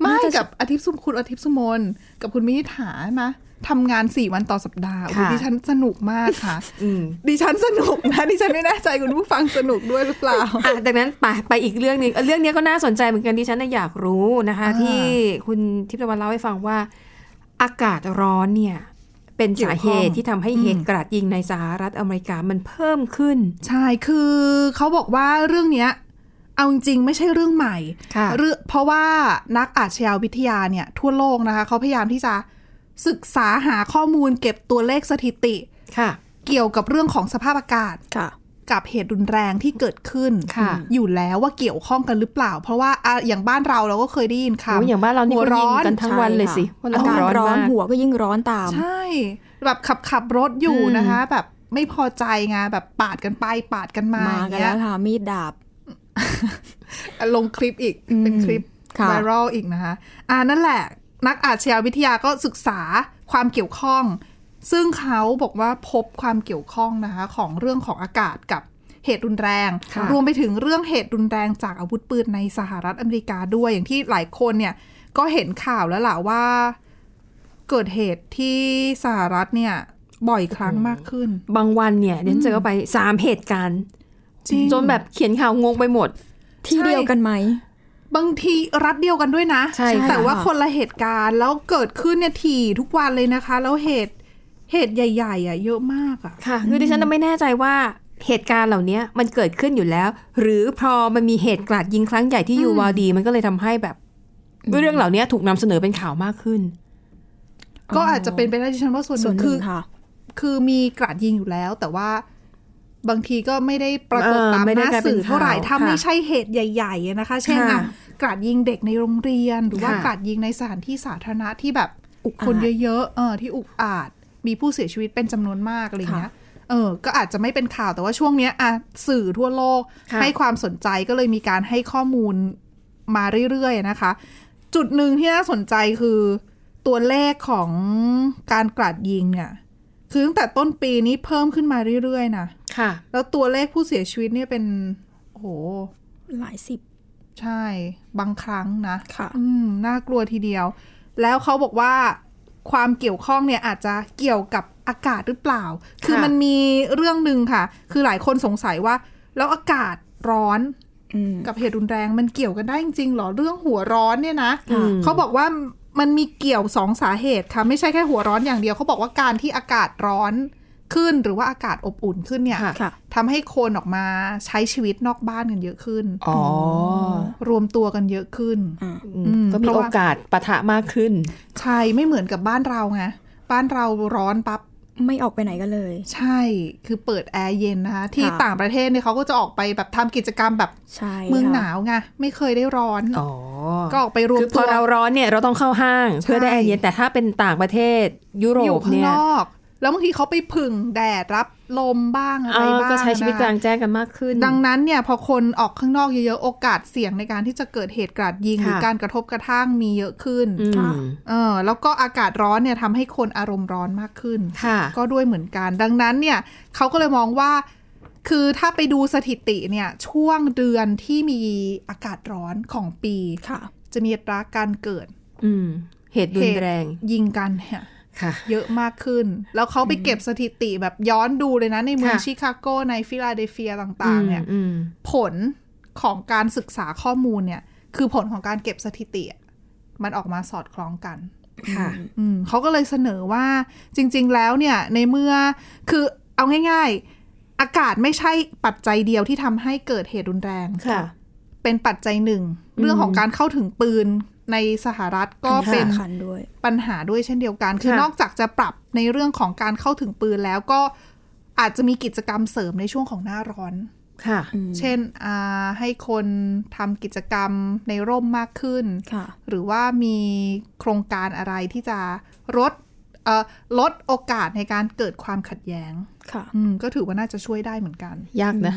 [SPEAKER 3] ไม่กับอาทิตย์สุมคุณอาทิตย์สุมน กับคุณมินิถามะทำงานสี่วันต่อสัปดาห์โอ้โห
[SPEAKER 2] ค่ะ
[SPEAKER 3] ดิฉันสนุกมากค่ะ
[SPEAKER 2] อืม
[SPEAKER 3] ดิฉันสนุกนะดิฉันไม่แน่ใจคุณผู้ฟังสนุกด้วยหรือเปล่า
[SPEAKER 2] อ่ะดังนั้นไปไปอีกเรื่องหนึ่งเอ่อเรื่องเนี้ยก็น่าสนใจเหมือนกันที่ฉันน่ะอยากรู้นะคะ
[SPEAKER 3] อ่า
[SPEAKER 2] ที่คุณทิพย์ตะวันเล่าให้ฟังว่า อากาศร้อนเนี่ย เป็นสาเหตุที่ทำให้เหตุกราดยิงในสหรัฐอเมริกามันเพิ่มขึ้น
[SPEAKER 3] ใช่ คือเขาบอกว่าเรื่องเนี้ย เอาจริงๆไม่ใช่เรื่องใหม่
[SPEAKER 2] ค่ะ
[SPEAKER 3] เรื่องเพราะว่านักอาชญาวิทยาเนี่ยทั่วโลกนะคะเขาพยายามที่จะ ศึกษาหาข้อมูลเก็บตัวเลขสถิติ
[SPEAKER 2] ค่ะ
[SPEAKER 3] เกี่ยวกับเรื่องของสภาพอากาศ
[SPEAKER 4] ค่ะ
[SPEAKER 3] กับเหตุรุนแรงที่เกิดขึ้น
[SPEAKER 2] ค่ะ
[SPEAKER 3] อยู่แล้วว่าเกี่ยวข้องกันหรือเปล่า เพราะว่าอ่ะอย่างบ้านเราเราก็เคยได้ยิน
[SPEAKER 2] โอ้ย
[SPEAKER 3] คำ
[SPEAKER 2] อย่างบ้านเรานี่
[SPEAKER 3] หัว
[SPEAKER 2] ก็ยิ
[SPEAKER 3] ร้
[SPEAKER 2] ง
[SPEAKER 3] อน
[SPEAKER 2] กันทั้งวันเลยสิเพราะเรา
[SPEAKER 4] อากาศ
[SPEAKER 2] ร้อน
[SPEAKER 4] ร้อน
[SPEAKER 2] มาก
[SPEAKER 4] หัวก็ยิ่งร้อนตาม
[SPEAKER 3] ใช่ แบบขับขับรถอยู่
[SPEAKER 2] อืม
[SPEAKER 3] นะคะ แบบไม่พอใจไงแบบปาดกันไปปาดกันมา
[SPEAKER 4] มา
[SPEAKER 3] อย่าง
[SPEAKER 4] กัน
[SPEAKER 3] เงี้
[SPEAKER 4] แล้
[SPEAKER 3] ยว
[SPEAKER 4] ค่ะ มีดดาบ
[SPEAKER 3] ลงคลิปอีก
[SPEAKER 4] อืม
[SPEAKER 3] เป็นคลิป
[SPEAKER 4] ค่ะ
[SPEAKER 3] ไวรัลอีกนะคะอ่านั่นแหละ นักอาชญาวิทยาก็ศึกษาความเกี่ยวข้อง ซึ่งเขาบอกว่าพบความเกี่ยวข้องนะคะ ของเรื่องของอากาศกับเหตุรุนแรง
[SPEAKER 2] ค่ะ
[SPEAKER 3] รวมไปถึงเรื่องเหตุรุนแรงจากอาวุธปืนในสหรัฐอเมริกาด้วยอย่างที่หลายคนเนี่ย ก็เห็นข่าวแล้วล่ะว่า เกิดเหตุที่สหรัฐเนี่ย บ่อยครั้งมากขึ้น
[SPEAKER 2] บางวันเนี่ยเดิฉันเจอไปสามเหตุการณ์
[SPEAKER 3] จริง
[SPEAKER 2] จนแบบเขียนข่าวงงไปหมด
[SPEAKER 4] ที่เดียวกันไหม
[SPEAKER 3] บางทีรัฐเดียวกันด้วยนะ
[SPEAKER 2] ใช่ค่ะ
[SPEAKER 3] แต่ว่าคนละเหตุการณ์แล้วเกิดขึ้นเนี่ยถี่ทุกวันเลยนะคะ แล้วเหตุเหตุใหญ่ ๆ อ่ะ เยอะมากอ่ะ
[SPEAKER 2] ค่ะ คือดิฉันน่ะไม่แน่ใจว่าเหตุการณ์เหล่านี้มันเกิดขึ้นอยู่แล้ว หรือพอมันมีเหตุกราดยิงครั้งใหญ่ที่ยูวาดี มันก็เลยทำให้แบบเรื่องเหล่านี้ถูกนำเสนอเป็นข่าวมากขึ้น
[SPEAKER 3] ก็อาจจะเป็นไปได้ที่ฉันว่าส่วนห
[SPEAKER 4] ส่ว
[SPEAKER 3] นึ่
[SPEAKER 4] น
[SPEAKER 3] ง
[SPEAKER 4] ห
[SPEAKER 3] คื
[SPEAKER 4] นึ่
[SPEAKER 3] อ
[SPEAKER 4] งค่ะ
[SPEAKER 3] คือมีกราดยิงอยู่แล้ว แต่ว่าบางทีก็ไม่ได้ปรากฏ
[SPEAKER 2] เออ
[SPEAKER 3] ตาม
[SPEAKER 2] ไม่
[SPEAKER 3] ห
[SPEAKER 2] ได้
[SPEAKER 3] น้าก
[SPEAKER 2] ลายเป็น
[SPEAKER 3] สื่อเท่าไหร่
[SPEAKER 2] ข่าว
[SPEAKER 3] ถ้า
[SPEAKER 2] ค่ะ
[SPEAKER 3] ไม่ใช่เหตุใหญ่ๆอะนะคะ เช่น
[SPEAKER 2] ค่ะ
[SPEAKER 3] อ่ะกราดยิงเด็กในโรงเรียน หรือว่า
[SPEAKER 2] ค่ะ
[SPEAKER 3] กราดยิงในสถานที่สาธารณะที่แบบ
[SPEAKER 4] อุกอาจ
[SPEAKER 3] คนเยอะๆเออที่อุกอาจมีผู้เสียชีวิตเป็นจำนวนมากอะไรอย่างเงี้ยเออก็อาจจะไม่เป็นข่าวแต่ว่าช่วงเนี้ยอ่ะสื่อทั่วโลก
[SPEAKER 2] ค่ะ
[SPEAKER 3] ให้ความสนใจก็เลยมีการให้ข้อมูลมาเรื่อยๆนะคะ จุดหนึ่งที่น่าสนใจคือตัวเลขของการกราดยิงเนี่ย คือตั้งแต่ต้นปีนี้เพิ่มขึ้นมาเรื่อยๆนะ
[SPEAKER 2] ค่ะ
[SPEAKER 3] แล้วตัวเลขผู้เสียชีวิตเนี่ยเป็น โอ้โห
[SPEAKER 4] หลายสิบ
[SPEAKER 3] ใช่ บางครั้งนะ
[SPEAKER 4] ค่ะ
[SPEAKER 3] อืม น่ากลัวทีเดียว แล้วเขาบอกว่าความเกี่ยวข้องเนี่ยอาจจะเกี่ยวกับอากาศหรือเปล่า คือมันมีเรื่องหนึ่งค่ะ คือหลายคนสงสัยว่า แล้วอากาศร้อน
[SPEAKER 4] อืม
[SPEAKER 3] กับเหตุรุนแรงมันเกี่ยวกันได้จริงๆหรอเรื่องหัวร้อนเนี่ยนะ
[SPEAKER 2] อืม
[SPEAKER 3] เขาบอกว่ามันมีเกี่ยวสองสาเหตุค่ะ ไม่ใช่แค่หัวร้อนอย่างเดียวเขาบอกว่าการที่อากาศร้อนขึ้นหรือว่าอากาศอบอุ่นขึ้นเนี่ย
[SPEAKER 2] ค่ะ
[SPEAKER 4] ค่ะ
[SPEAKER 3] ทำให้คนออกมาใช้ชีวิตนอกบ้านกันเยอะขึ้น
[SPEAKER 2] อ๋อ
[SPEAKER 3] รวมตัวกันเยอะขึ้น
[SPEAKER 4] อ่า
[SPEAKER 2] อืม
[SPEAKER 3] อืม
[SPEAKER 2] ก็มี
[SPEAKER 3] เพราะ
[SPEAKER 2] โอ
[SPEAKER 3] ว่า
[SPEAKER 2] กาสปะทะมากขึ้น
[SPEAKER 3] ใช่ไม่เหมือนกับบ้านเราไงบ้านเราร้อนปั๊บ
[SPEAKER 4] ไม่ออกไปไหนกันเลย
[SPEAKER 3] ใช่คือเปิดแอร์เย็นนะคะที่
[SPEAKER 4] ค่ะ
[SPEAKER 3] ต่างประเทศเนี่ยเขาก็จะออกไปแบบทำกิจกรรมแบบ
[SPEAKER 4] ใช่
[SPEAKER 3] เมืองห
[SPEAKER 4] ค่ะ
[SPEAKER 3] นาวไงไม่เคยได้ร้อน
[SPEAKER 2] อ๋อ
[SPEAKER 3] ก็ออกไปรวม
[SPEAKER 2] คือพอ
[SPEAKER 3] ตัว
[SPEAKER 2] เราร้อนเนี่ยเราต้องเข้าห้าง
[SPEAKER 3] ใช่
[SPEAKER 2] เพื่อได้แอร์เย็นแต่ถ้าเป็นต่างประเทศยุโร
[SPEAKER 3] อยู่
[SPEAKER 2] ป
[SPEAKER 3] ข้าง
[SPEAKER 2] เนี่ย
[SPEAKER 3] นอก แล้วบางทีเขาไปผึ่งแดดรับลมบ้างอะไร
[SPEAKER 2] เออ
[SPEAKER 3] บ้าง
[SPEAKER 2] ก็ใช้ชีวิตกลาง
[SPEAKER 3] นะ
[SPEAKER 2] แจ้งกันมากขึ้น
[SPEAKER 3] ดังนั้นเนี่ยพอคนออกข้างนอกเยอะๆ โอกาสเสี่ยงในการที่จะเกิดเหตุกราดยิง
[SPEAKER 2] ค่ะ
[SPEAKER 3] หรือการกระทบกระทั่งมีเยอะขึ้น
[SPEAKER 2] อืม
[SPEAKER 4] ค่ะ
[SPEAKER 3] เออแล้วก็อากาศร้อนเนี่ยทำให้คนอารมณ์ร้อนมากขึ้น
[SPEAKER 2] ค่ะ
[SPEAKER 3] ก็ด้วยเหมือนกัน ดังนั้นเนี่ยเขาก็เลยมองว่า คือถ้าไปดูสถิติเนี่ยช่วงเดือนที่มีอากาศร้อนของปี
[SPEAKER 4] ค่ะ
[SPEAKER 3] จะมีอัตราการเกิด
[SPEAKER 2] อืม เหตุรุนแรง
[SPEAKER 3] เหตุยิงกันเนี่ย
[SPEAKER 2] ค่ะ
[SPEAKER 3] เยอะมากขึ้น แล้วเขาไปเก็บสถิติแบบย้อนดูเลยนะ ในเมือง
[SPEAKER 2] ค่ะ
[SPEAKER 3] ชิคาโกในฟิลาเดลเฟียต่าง ๆ เนี่ย
[SPEAKER 2] อืม
[SPEAKER 3] ผลของการศึกษาข้อมูลเนี่ย คือผลของการเก็บสถิติอะมันออกมาสอดคล้องกัน
[SPEAKER 2] ค่ะ
[SPEAKER 3] อืมเขาก็เลยเสนอว่าจริง ๆ แล้วเนี่ย ในเมื่อคือเอาง่าย ๆ อากาศไม่ใช่ปัจจัยเดียวที่ทำให้เกิดเหตุรุนแรง
[SPEAKER 2] ค่ะ
[SPEAKER 3] เป็นปัจจัยหนึ่ง
[SPEAKER 2] อืม
[SPEAKER 3] เรื่องของการเข้าถึงปืนในสหรัฐก็
[SPEAKER 2] ค่ะ
[SPEAKER 3] เป็น
[SPEAKER 4] สำคัญด้วย
[SPEAKER 3] ปัญหาด้วยเช่นเดียวกัน คือ
[SPEAKER 2] ค่ะ
[SPEAKER 3] นอกจากจะปรับในเรื่องของการเข้าถึงปืนแล้วก็อาจจะมีกิจกรรมเสริมในช่วงของหน้าร้อน
[SPEAKER 2] ค่ะ
[SPEAKER 4] อืม
[SPEAKER 3] เช่นอ่าให้คนทำกิจกรรมในร่มมากขึ้น
[SPEAKER 4] ค่ะ
[SPEAKER 3] หรือว่ามีโครงการอะไรที่จะลดเอ่อลดโอกาสในการเกิดความขัดแย้ง
[SPEAKER 4] ค่ะ
[SPEAKER 3] อืมก็ถือว่าน่าจะช่วยได้เหมือนกัน
[SPEAKER 2] ยากนะ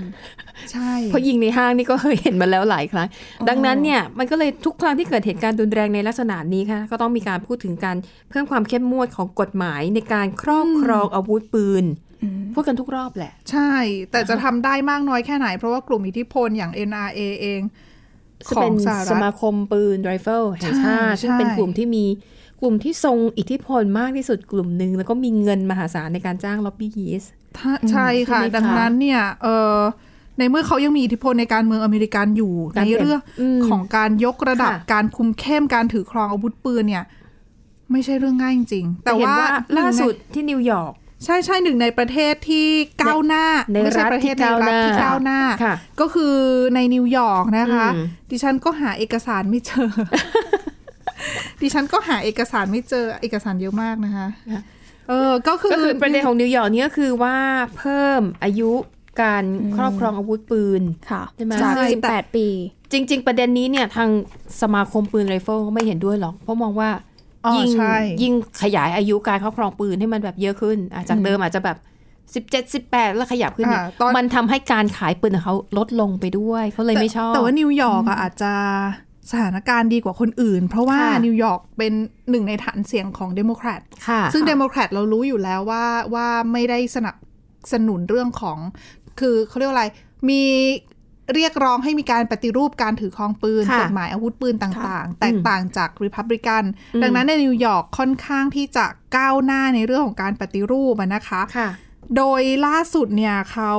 [SPEAKER 3] ใช่
[SPEAKER 2] เพราะยิงในห้างนี่ก็เคยเห็นมาแล้วหลายครั้ง ดังนั้นเนี่ยมันก็เลยทุกครั้งที่เกิดเหตุการณ์รุนแรงในลักษณะนี้ค่ะ ก็ต้องมีการพูดถึงการเพิ่มความเข้มงวดของกฎหมายในการครอบครองอาวุธปืน
[SPEAKER 4] อืม
[SPEAKER 2] พูดกันทุกรอบแหละ
[SPEAKER 3] ใช่ แต่จะทำได้มากน้อยแค่ไหน เพราะว่ากลุ่มอิทธิพลอย่าง NRA เอง
[SPEAKER 2] จะเป็น
[SPEAKER 3] ของสหรัฐ
[SPEAKER 2] สมาคมปืนไรเฟิลแห่งชาติ
[SPEAKER 3] ใช่
[SPEAKER 2] ซึ่งเป็น
[SPEAKER 3] ใช่
[SPEAKER 2] กลุ่มที่มีกลุ่มที่ทรงอิทธิพลมากที่สุดกลุ่มหนึ่งแล้วก็มีเงินมหาศาลในการจ้างล็อบบี้ยีส
[SPEAKER 3] ถ้าใช่ค่ะ
[SPEAKER 2] ใช่ไหมคะ
[SPEAKER 3] ดังนั้นเนี่ยเออในเมื่อเขายังมีอิทธิพลในการเมืองอเมริกันอยู่
[SPEAKER 2] กา
[SPEAKER 3] ใน
[SPEAKER 2] รเปลี่ยน
[SPEAKER 3] เรื่อง
[SPEAKER 2] อืม
[SPEAKER 3] ของการยกระดับ
[SPEAKER 2] ค่ะ
[SPEAKER 3] การคุมเข้มการถือครองอาวุธปืนเนี่ย ไม่ใช่เรื่องง่ายจริงๆแต่
[SPEAKER 2] เห็น
[SPEAKER 3] ว่า
[SPEAKER 2] ว่า
[SPEAKER 3] หนึ่งใน
[SPEAKER 2] ล่าสุดที่นิวยอร์ก
[SPEAKER 3] ใช่ใช่หนึ่งในประเทศที่ก้าวหน้า
[SPEAKER 2] ใน
[SPEAKER 3] ไม่ใช่
[SPEAKER 2] รัฐ
[SPEAKER 3] ประเทศ
[SPEAKER 2] ที่
[SPEAKER 3] ในรัฐที่ก้า
[SPEAKER 2] ก้าว ว
[SPEAKER 3] ห
[SPEAKER 2] ห
[SPEAKER 3] น้า
[SPEAKER 2] น้าค่ะ
[SPEAKER 3] ก็คือในนิวยอร์กนะคะ
[SPEAKER 2] อืม
[SPEAKER 3] ดิฉันก็หาเอกสารไม่เจอ ดิฉันก็หาเอกสารไม่เจอเอกสารเยอะมากนะคะ เออ ก็คือ
[SPEAKER 2] ก็คือประเด็นของนิวยอร์กเนี่ยก็คือว่าเพิ่มอายุการครอบครองอาวุธปืน
[SPEAKER 4] ค่ะ
[SPEAKER 2] ใช่ไหม
[SPEAKER 4] จาก
[SPEAKER 3] ใช่
[SPEAKER 4] สิบ
[SPEAKER 3] แต่
[SPEAKER 4] แปดปี
[SPEAKER 2] จริง ๆ ประเด็นนี้เนี่ยทางสมาคมปืนไรเฟิลก็ไม่เห็นด้วยหรอก เพราะมองว่า
[SPEAKER 3] อ๋อ
[SPEAKER 2] ยิ่ง
[SPEAKER 3] ใช่
[SPEAKER 2] ยิ่งขยายอายุการครอบครองปืนให้มันแบบเยอะขึ้นอ่ะจากเดิมอาจจะแบบสิบเจ็ดสิบแปดแล้วขยับขึ้นเนี่ย
[SPEAKER 3] อ่าตอน
[SPEAKER 2] มันทำให้การขายปืนของเขาลดลงไปด้วยเขาเลยไม่ชอบ
[SPEAKER 3] แต่แต่ว่านิวยอร์กอะอาจจะสถานการณ์ดีกว่าคนอื่น เพราะว่า
[SPEAKER 2] ค่ะ
[SPEAKER 3] นิวยอร์กเป็นหนึ่งในฐานเสียงของเดโมแครต
[SPEAKER 2] ค่ะ
[SPEAKER 3] ซึ่งเดโมแครตเรารู้อยู่แล้วว่าว่าไม่ได้สนับสนุนเรื่องของ คือเขาเรียกว่าอะไรมีเรียกร้องให้มีการปฏิรูปการถือครองปืน
[SPEAKER 2] ค่ะ
[SPEAKER 3] กฎหมายอาวุธปืนต่างๆ แต
[SPEAKER 2] อื
[SPEAKER 3] ก
[SPEAKER 2] ม
[SPEAKER 3] ต่างจากริพับริกัน
[SPEAKER 2] อืม
[SPEAKER 3] ดังนั้นในนิวยอร์กค่อนข้างที่จะก้าวหน้าในเรื่องของการปฏิรูปอะนะคะ
[SPEAKER 2] ค่ะ
[SPEAKER 3] โดยล่าสุดเนี่ยเขา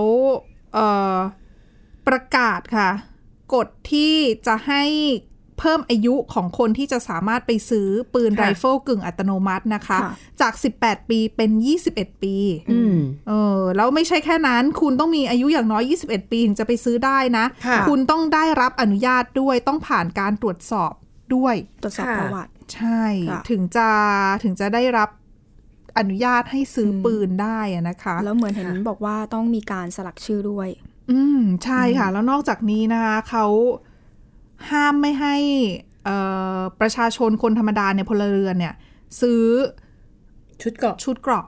[SPEAKER 3] เอ่อประกาศค่ะ กฎที่จะให้เพิ่มอายุของคนที่จะสามารถไปซื้อปืน
[SPEAKER 2] ค่ะ
[SPEAKER 3] ไรเฟิลกึ่งอัตโนมัตินะคะ
[SPEAKER 4] ค่ะ
[SPEAKER 3] จาก 18 ปีเป็น 21 ปี
[SPEAKER 2] อืม
[SPEAKER 3] เออแล้วไม่ใช่แค่นั้น คุณต้องมีอายุอย่างน้อย 21 ปีถึงจะไปซื้อได้นะ
[SPEAKER 2] ค่ะ
[SPEAKER 3] ณต้องได้รับอนุญาตด้วยต้องผ่านการตรวจสอบด้วย
[SPEAKER 4] ตรวจสอบ
[SPEAKER 2] ค่ะ
[SPEAKER 4] ประวัติ
[SPEAKER 3] ใช่
[SPEAKER 4] ค่ะ
[SPEAKER 3] ถึงจะถึงจะได้รับอนุญาตให้ซื้ออปืนได้อะนะคะ
[SPEAKER 4] แล้วเหมือนเห็นบอกว่าต้องมีการสลักชื่อด้วย
[SPEAKER 3] อืม ใช่ค่ะ แล้วนอกจากนี้นะคะเขาห้ามไม่ให้เอ่อประชาชนคนธรรมดาเนี่ยพลเรือนเนี่ย ซื้อ
[SPEAKER 2] ชุดเกราะ
[SPEAKER 3] ชุดเกราะ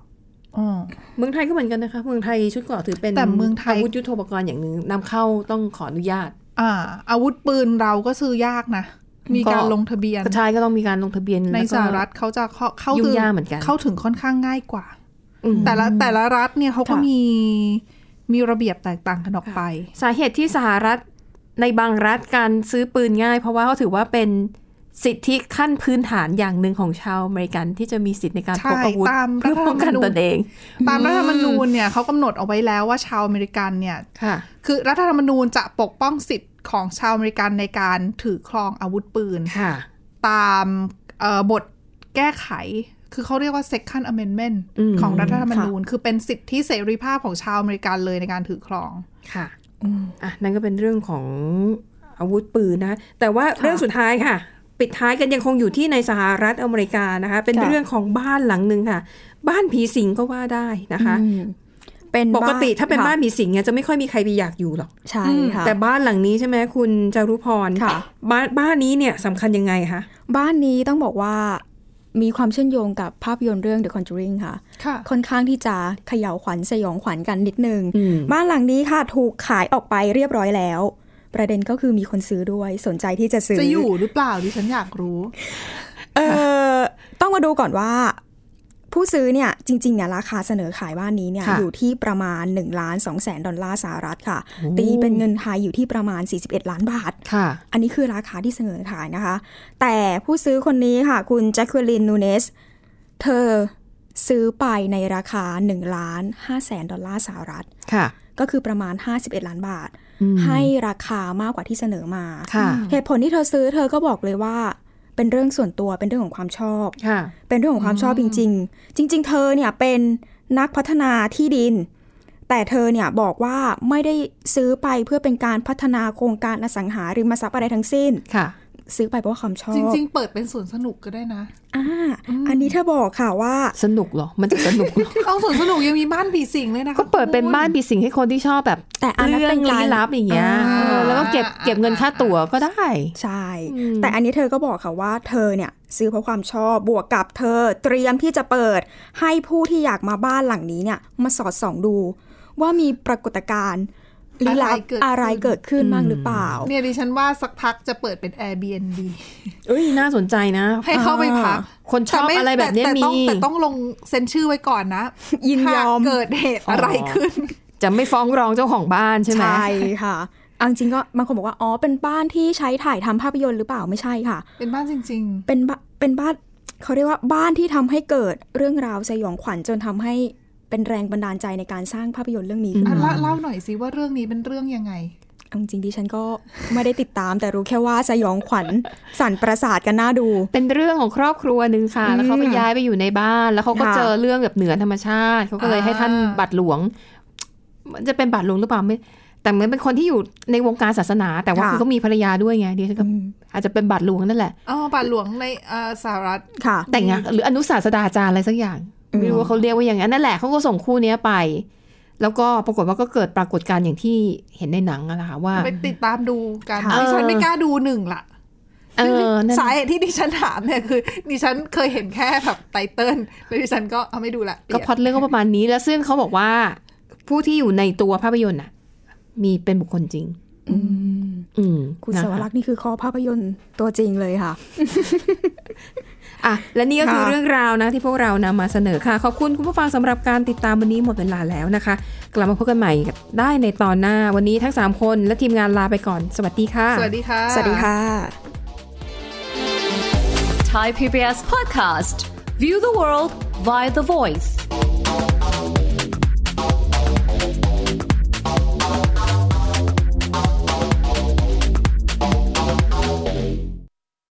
[SPEAKER 3] อ๋อ
[SPEAKER 2] เมืองไทยก็เหมือนกันนะคะ เมืองไทยชุดเกราะถือเป็น
[SPEAKER 3] แต่เมืองไทย
[SPEAKER 2] อาวุธยุทโธปกรณ์อย่างหนึ่งนำเข้าต้องขออนุญาต
[SPEAKER 3] อ่า อาวุธปืนเราก็ซื้อยากนะ มีการ
[SPEAKER 2] ก็
[SPEAKER 3] ลงทะเบียน
[SPEAKER 2] กระชายก็ต้องมีการลงทะเบียน
[SPEAKER 3] ใน
[SPEAKER 2] แล้วก็
[SPEAKER 3] สหรัฐเขาจะเข้าเข้า
[SPEAKER 2] ยุ่
[SPEAKER 3] ถึ
[SPEAKER 2] ง
[SPEAKER 3] ง
[SPEAKER 2] ยากเหมือนกัน
[SPEAKER 3] เข้าถึงค่อนข้างง่ายกว่า
[SPEAKER 2] อืม
[SPEAKER 3] แต่ละแต่ละรัฐเนี่ยเขาก็
[SPEAKER 4] ค่ะ
[SPEAKER 3] มีมีระเบียบแตกต่างกันออกไป
[SPEAKER 2] สาเหตุที่สหรัฐในบางรัฐการซื้อปืนง่าย เพราะว่าเขาถือว่าเป็นสิทธิขั้นพื้นฐานอย่างหนึ่งของชาวอเมริกันที่จะมีสิทธิในการพก
[SPEAKER 3] ใช่
[SPEAKER 2] อาวุธ
[SPEAKER 3] ตามรั
[SPEAKER 2] เพื่อ
[SPEAKER 3] ฐธรรมนูญ
[SPEAKER 2] ป้องกันตนเอง
[SPEAKER 3] ตามรัฐธรรมนูญเนี่ยเขากำหนดเอาไว้แล้วว่าชาวอเมริกันเนี่ย
[SPEAKER 2] ค่ะ
[SPEAKER 3] คือรัฐธรรมนูญจะปกป้องสิทธิ์ของชาวอเมริกันในการถือครองอาวุธปืน
[SPEAKER 2] ค่ะ
[SPEAKER 3] ตามเอ่อบทแก้ไข คือเขาเรียกว่า second amendment
[SPEAKER 2] อืม
[SPEAKER 3] ของรัฐธรรมนูญ คือเป็นสิทธิเสรีภาพของชาวอเมริกันเลยในการถือครอง
[SPEAKER 2] ค่ะ
[SPEAKER 4] อืม
[SPEAKER 2] อ่ะนั่นก็เป็นเรื่องของอาวุธปืนนะคะแต่ว่าเรื่องสุดท้ายค่ะ ปิดท้ายกันยังคงอยู่ที่ในสหรัฐอเมริกานะคะ เป็น
[SPEAKER 4] ค่ะ
[SPEAKER 2] เรื่องของบ้านหลังหนึ่งค่ะ บ้านผีสิงก็ว่าได้นะคะ
[SPEAKER 4] อืมเป็น
[SPEAKER 2] ปกติถ้าเป็นบ้าน
[SPEAKER 4] ค่ะ
[SPEAKER 2] ผีสิงเนี่ยจะไม่ค่อยมีใครไปอยากอยู่หรอก
[SPEAKER 4] ใช่ค่ะ
[SPEAKER 2] แต่บ้านหลังนี้ใช่ไหมคุณจารุพร
[SPEAKER 4] ค่ะ
[SPEAKER 2] บ้านบ้านนี้เนี่ยสำคัญยังไงคะ
[SPEAKER 4] บ้านนี้ต้องบอกว่ามีความเชื่อมโยงกับภาพยนตร์เรื่อง The Conjuring ค่ะ
[SPEAKER 3] ค่ะ
[SPEAKER 4] ค่อนข้างที่จะเขย่าวขวัญสยองขวัญกันนิดนึง
[SPEAKER 2] อืม
[SPEAKER 4] บ้านหลังนี้ค่ะถูกขายออกไปเรียบร้อยแล้ว ประเด็นก็คือมีคนซื้อด้วยสนใจที่จะซื้อ
[SPEAKER 3] จะอยู่หรือเปล่าดิฉันอยากรู้
[SPEAKER 4] เออต้องมาดูก่อนว่า ผู้ซื้อเนี่ยจริงๆเนี่ยราคาเสนอขายบ้านนี้เนี่ย
[SPEAKER 2] ค่ะ
[SPEAKER 4] อยู่ที่ประมาณ1ล้าน2แสนดอลลาร์สหรัฐค่ะ ตีเป็นเงินไทยอยู่ที่ประมาณ 41 ล้านบาท
[SPEAKER 2] ค่ะ
[SPEAKER 4] อันนี้คือราคาที่เสนอขายนะคะ แต่ผู้ซื้อคนนี้ค่ะคุณแจคควลินนูเนส เธอซื้อไปในราคา1ล้าน5แสนดอลลาร์สหรัฐ
[SPEAKER 2] ค่ะ
[SPEAKER 4] ก็คือประมาณ 51 ล้านบาท
[SPEAKER 2] อืม
[SPEAKER 4] ให้ราคามากกว่าที่เสนอมา
[SPEAKER 2] ค่ะ
[SPEAKER 4] เหตุผลที่เธอซื้อเธอก็บอกเลยว่า เป็นเรื่องส่วนตัวเป็นเรื่องของความชอบ
[SPEAKER 2] ค่ะ
[SPEAKER 4] เป็นเรื่องของความชอบจริง ๆ จริง ๆ เธอเนี่ยเป็นนักพัฒนาที่ดิน แต่เธอเนี่ยบอกว่าไม่ได้ซื้อไปเพื่อเป็นการพัฒนาโครงการอสังหาริมทรัพย์อะไรทั้งสิ้น
[SPEAKER 2] ค่ะ
[SPEAKER 4] ซื้อไปเพราะความชอบ
[SPEAKER 3] จริง ๆ เปิดเป็นสวนสนุกก็ได้นะ
[SPEAKER 4] อ่าอันนี้เธอบอกค่ะว่า
[SPEAKER 2] สนุกเหรอ มันจะสนุกเหรอ
[SPEAKER 3] เอาสวนสนุกยังมีบ้านผีสิงเลยนะ คะ
[SPEAKER 2] ก็เปิดเป็นบ้าน
[SPEAKER 3] คุณ
[SPEAKER 2] ปีสิงให้คนที่ชอบแบบ
[SPEAKER 4] แต่อันนั้น
[SPEAKER 2] เรื่อง
[SPEAKER 4] เป็นการ
[SPEAKER 2] ลี้ลับอย่างเงี้ย
[SPEAKER 4] อ่า
[SPEAKER 2] เออแล้วก็เก็บ
[SPEAKER 3] อ่า
[SPEAKER 2] เก็บเงินค่าตั๋วก็ได้
[SPEAKER 4] ใช่
[SPEAKER 2] อืม
[SPEAKER 4] แต่อันนี้เธอก็บอกค่ะว่าเธอเนี่ยซื้อเพราะความชอบบวกกับเธอเตรียมที่จะเปิด ให้ผู้ที่อยากมาบ้านหลังนี้เนี่ยมาสอดส่องดู ว่ามีปรากฏการณ์ลี้ลับ
[SPEAKER 3] อะ
[SPEAKER 4] อะไร ไร
[SPEAKER 3] เกิ
[SPEAKER 4] เกิ
[SPEAKER 3] ด
[SPEAKER 4] ด
[SPEAKER 3] ขึ้
[SPEAKER 4] ขึ้
[SPEAKER 3] น
[SPEAKER 4] นบ้างหรือเปล่า
[SPEAKER 3] เนี่ยดิฉันว่าสักพักจะเปิดเป็น Airbnb
[SPEAKER 2] เอ้ย น่าสนใจนะ
[SPEAKER 3] ให้เข้าไปพัก
[SPEAKER 2] คนชอบ
[SPEAKER 3] แต่ม่
[SPEAKER 2] อะไรแบบเนี้ย
[SPEAKER 3] ต่
[SPEAKER 2] มี
[SPEAKER 3] ต้องแต่ต้องลงเซ็นชื่อไว้ก่อนนะ
[SPEAKER 4] ยินยอม
[SPEAKER 3] หากเกิดเหตุอะไรขึ้น
[SPEAKER 2] จะไม่ฟ้องร้องเจ้าของบ้านใช่ไหม
[SPEAKER 4] ใช่ค่ะเอาจริงๆก็บางคนบอกว่า อ๋อ เป็นบ้านที่ใช้ถ่ายทำภาพยนตร์หรือเปล่าไม่ใช่ค่ะ
[SPEAKER 3] เป็นบ้านจริง
[SPEAKER 4] เป็นบ้าเป็นบ้านเขาเรียกว่าบ้านที่ทำให้เกิดเรื่องราวสยองขวัญจนทำให้เป็นแรงบันดาลใจในการสร้างภาพยนตร์เรื่องนี้ขึ้
[SPEAKER 3] ๆ
[SPEAKER 4] น
[SPEAKER 3] อ่ะ
[SPEAKER 4] มา
[SPEAKER 3] เล่าเล่าหน่อยสิว่าเรื่องนี้เป็นเรื่องยังไง
[SPEAKER 4] เอาจริงๆดิฉันก็ ไม่ได้ติดตาม แต่รู้แค่ว่าสยองขวัญสั่นประสาทกันน่าดู
[SPEAKER 2] เป็นเรื่องของครอบครัวหนึ่งค่ะ แล้วเขาก็ย้ายไปอยู่ในบ้าน แล้วเขาก็
[SPEAKER 4] ค่ะ
[SPEAKER 2] เจอเรื่องแบบเหนือธรรมชาติ เขาก็เลย
[SPEAKER 3] อ่า
[SPEAKER 2] ให้ท่านบัตรหลวง มันจะเป็นบัตรหลวงหรือเปล่าไม่ แ แต่เหมือนเป็นคนที่อยู่ในวงการศาสนา แต่ว่า
[SPEAKER 4] ค่ะ
[SPEAKER 2] คือเขามีภรรยาด้วยไงดิฉันก็
[SPEAKER 4] อืม
[SPEAKER 2] อาจจะเป็นบาทหลวงนั่นแหละ
[SPEAKER 3] อ๋อบาทหลวงในเอ่อสหรัฐ
[SPEAKER 4] ค่ะ
[SPEAKER 2] แต่งงานหรืออนุศาสดาจารย์อะไรสักอย่าง ไม่รู้ว่าเขาเรียกว่าอย่างนั้นนั่นแหละเขาก็ส่งคู่เนี้ยไป แล้วก็ปรากฏว่าก็เกิดปรากฏการณ์อย่างที่เห็นในหนังอะนะคะว่า
[SPEAKER 3] ไปติดตามดูกัน
[SPEAKER 4] ค่ะ
[SPEAKER 3] ดิฉันไม่กล้าดูหนึ่งละ
[SPEAKER 2] เออนั่น
[SPEAKER 3] สาเหตุที่ดิฉันถามเนี่ยคือดิฉันเคยเห็นแค่แบบไตเติ้ลแล้วดิฉันก็เอาไม่ดูละ
[SPEAKER 2] ก็พล็อดเรื่องก็ประมาณนี้ แล้วซึ่งเขาบอกว่าผู้ที่อยู่ในตัวภาพยนตร์น่ะ มีเป็นบุคคลจริง
[SPEAKER 4] อืม
[SPEAKER 2] อืม
[SPEAKER 4] คุณ
[SPEAKER 2] นะะ
[SPEAKER 4] สวรักษ์นี่คือคอภาพยนตร์ตัวจริงเลยค่ะ
[SPEAKER 2] อ่ะและนี่ก็คือ
[SPEAKER 4] ค่ะ
[SPEAKER 2] เรื่องราวนะที่พวกเรานำมาเสนอค่ะ ขอบคุณคุณผู้ฟังสำหรับการติดตามวันนี้หมดเวลาแล้วนะคะ กลับมาพบกันใหม่ได้ในตอนหน้าวันนี้ทั้งสามคนและทีมงานลาไปก่อนสวัสดีค่ะ
[SPEAKER 3] สวัสดีค่ะ
[SPEAKER 4] สวัสดีค่ะ
[SPEAKER 5] Thai PBS podcast. View the world via the voice.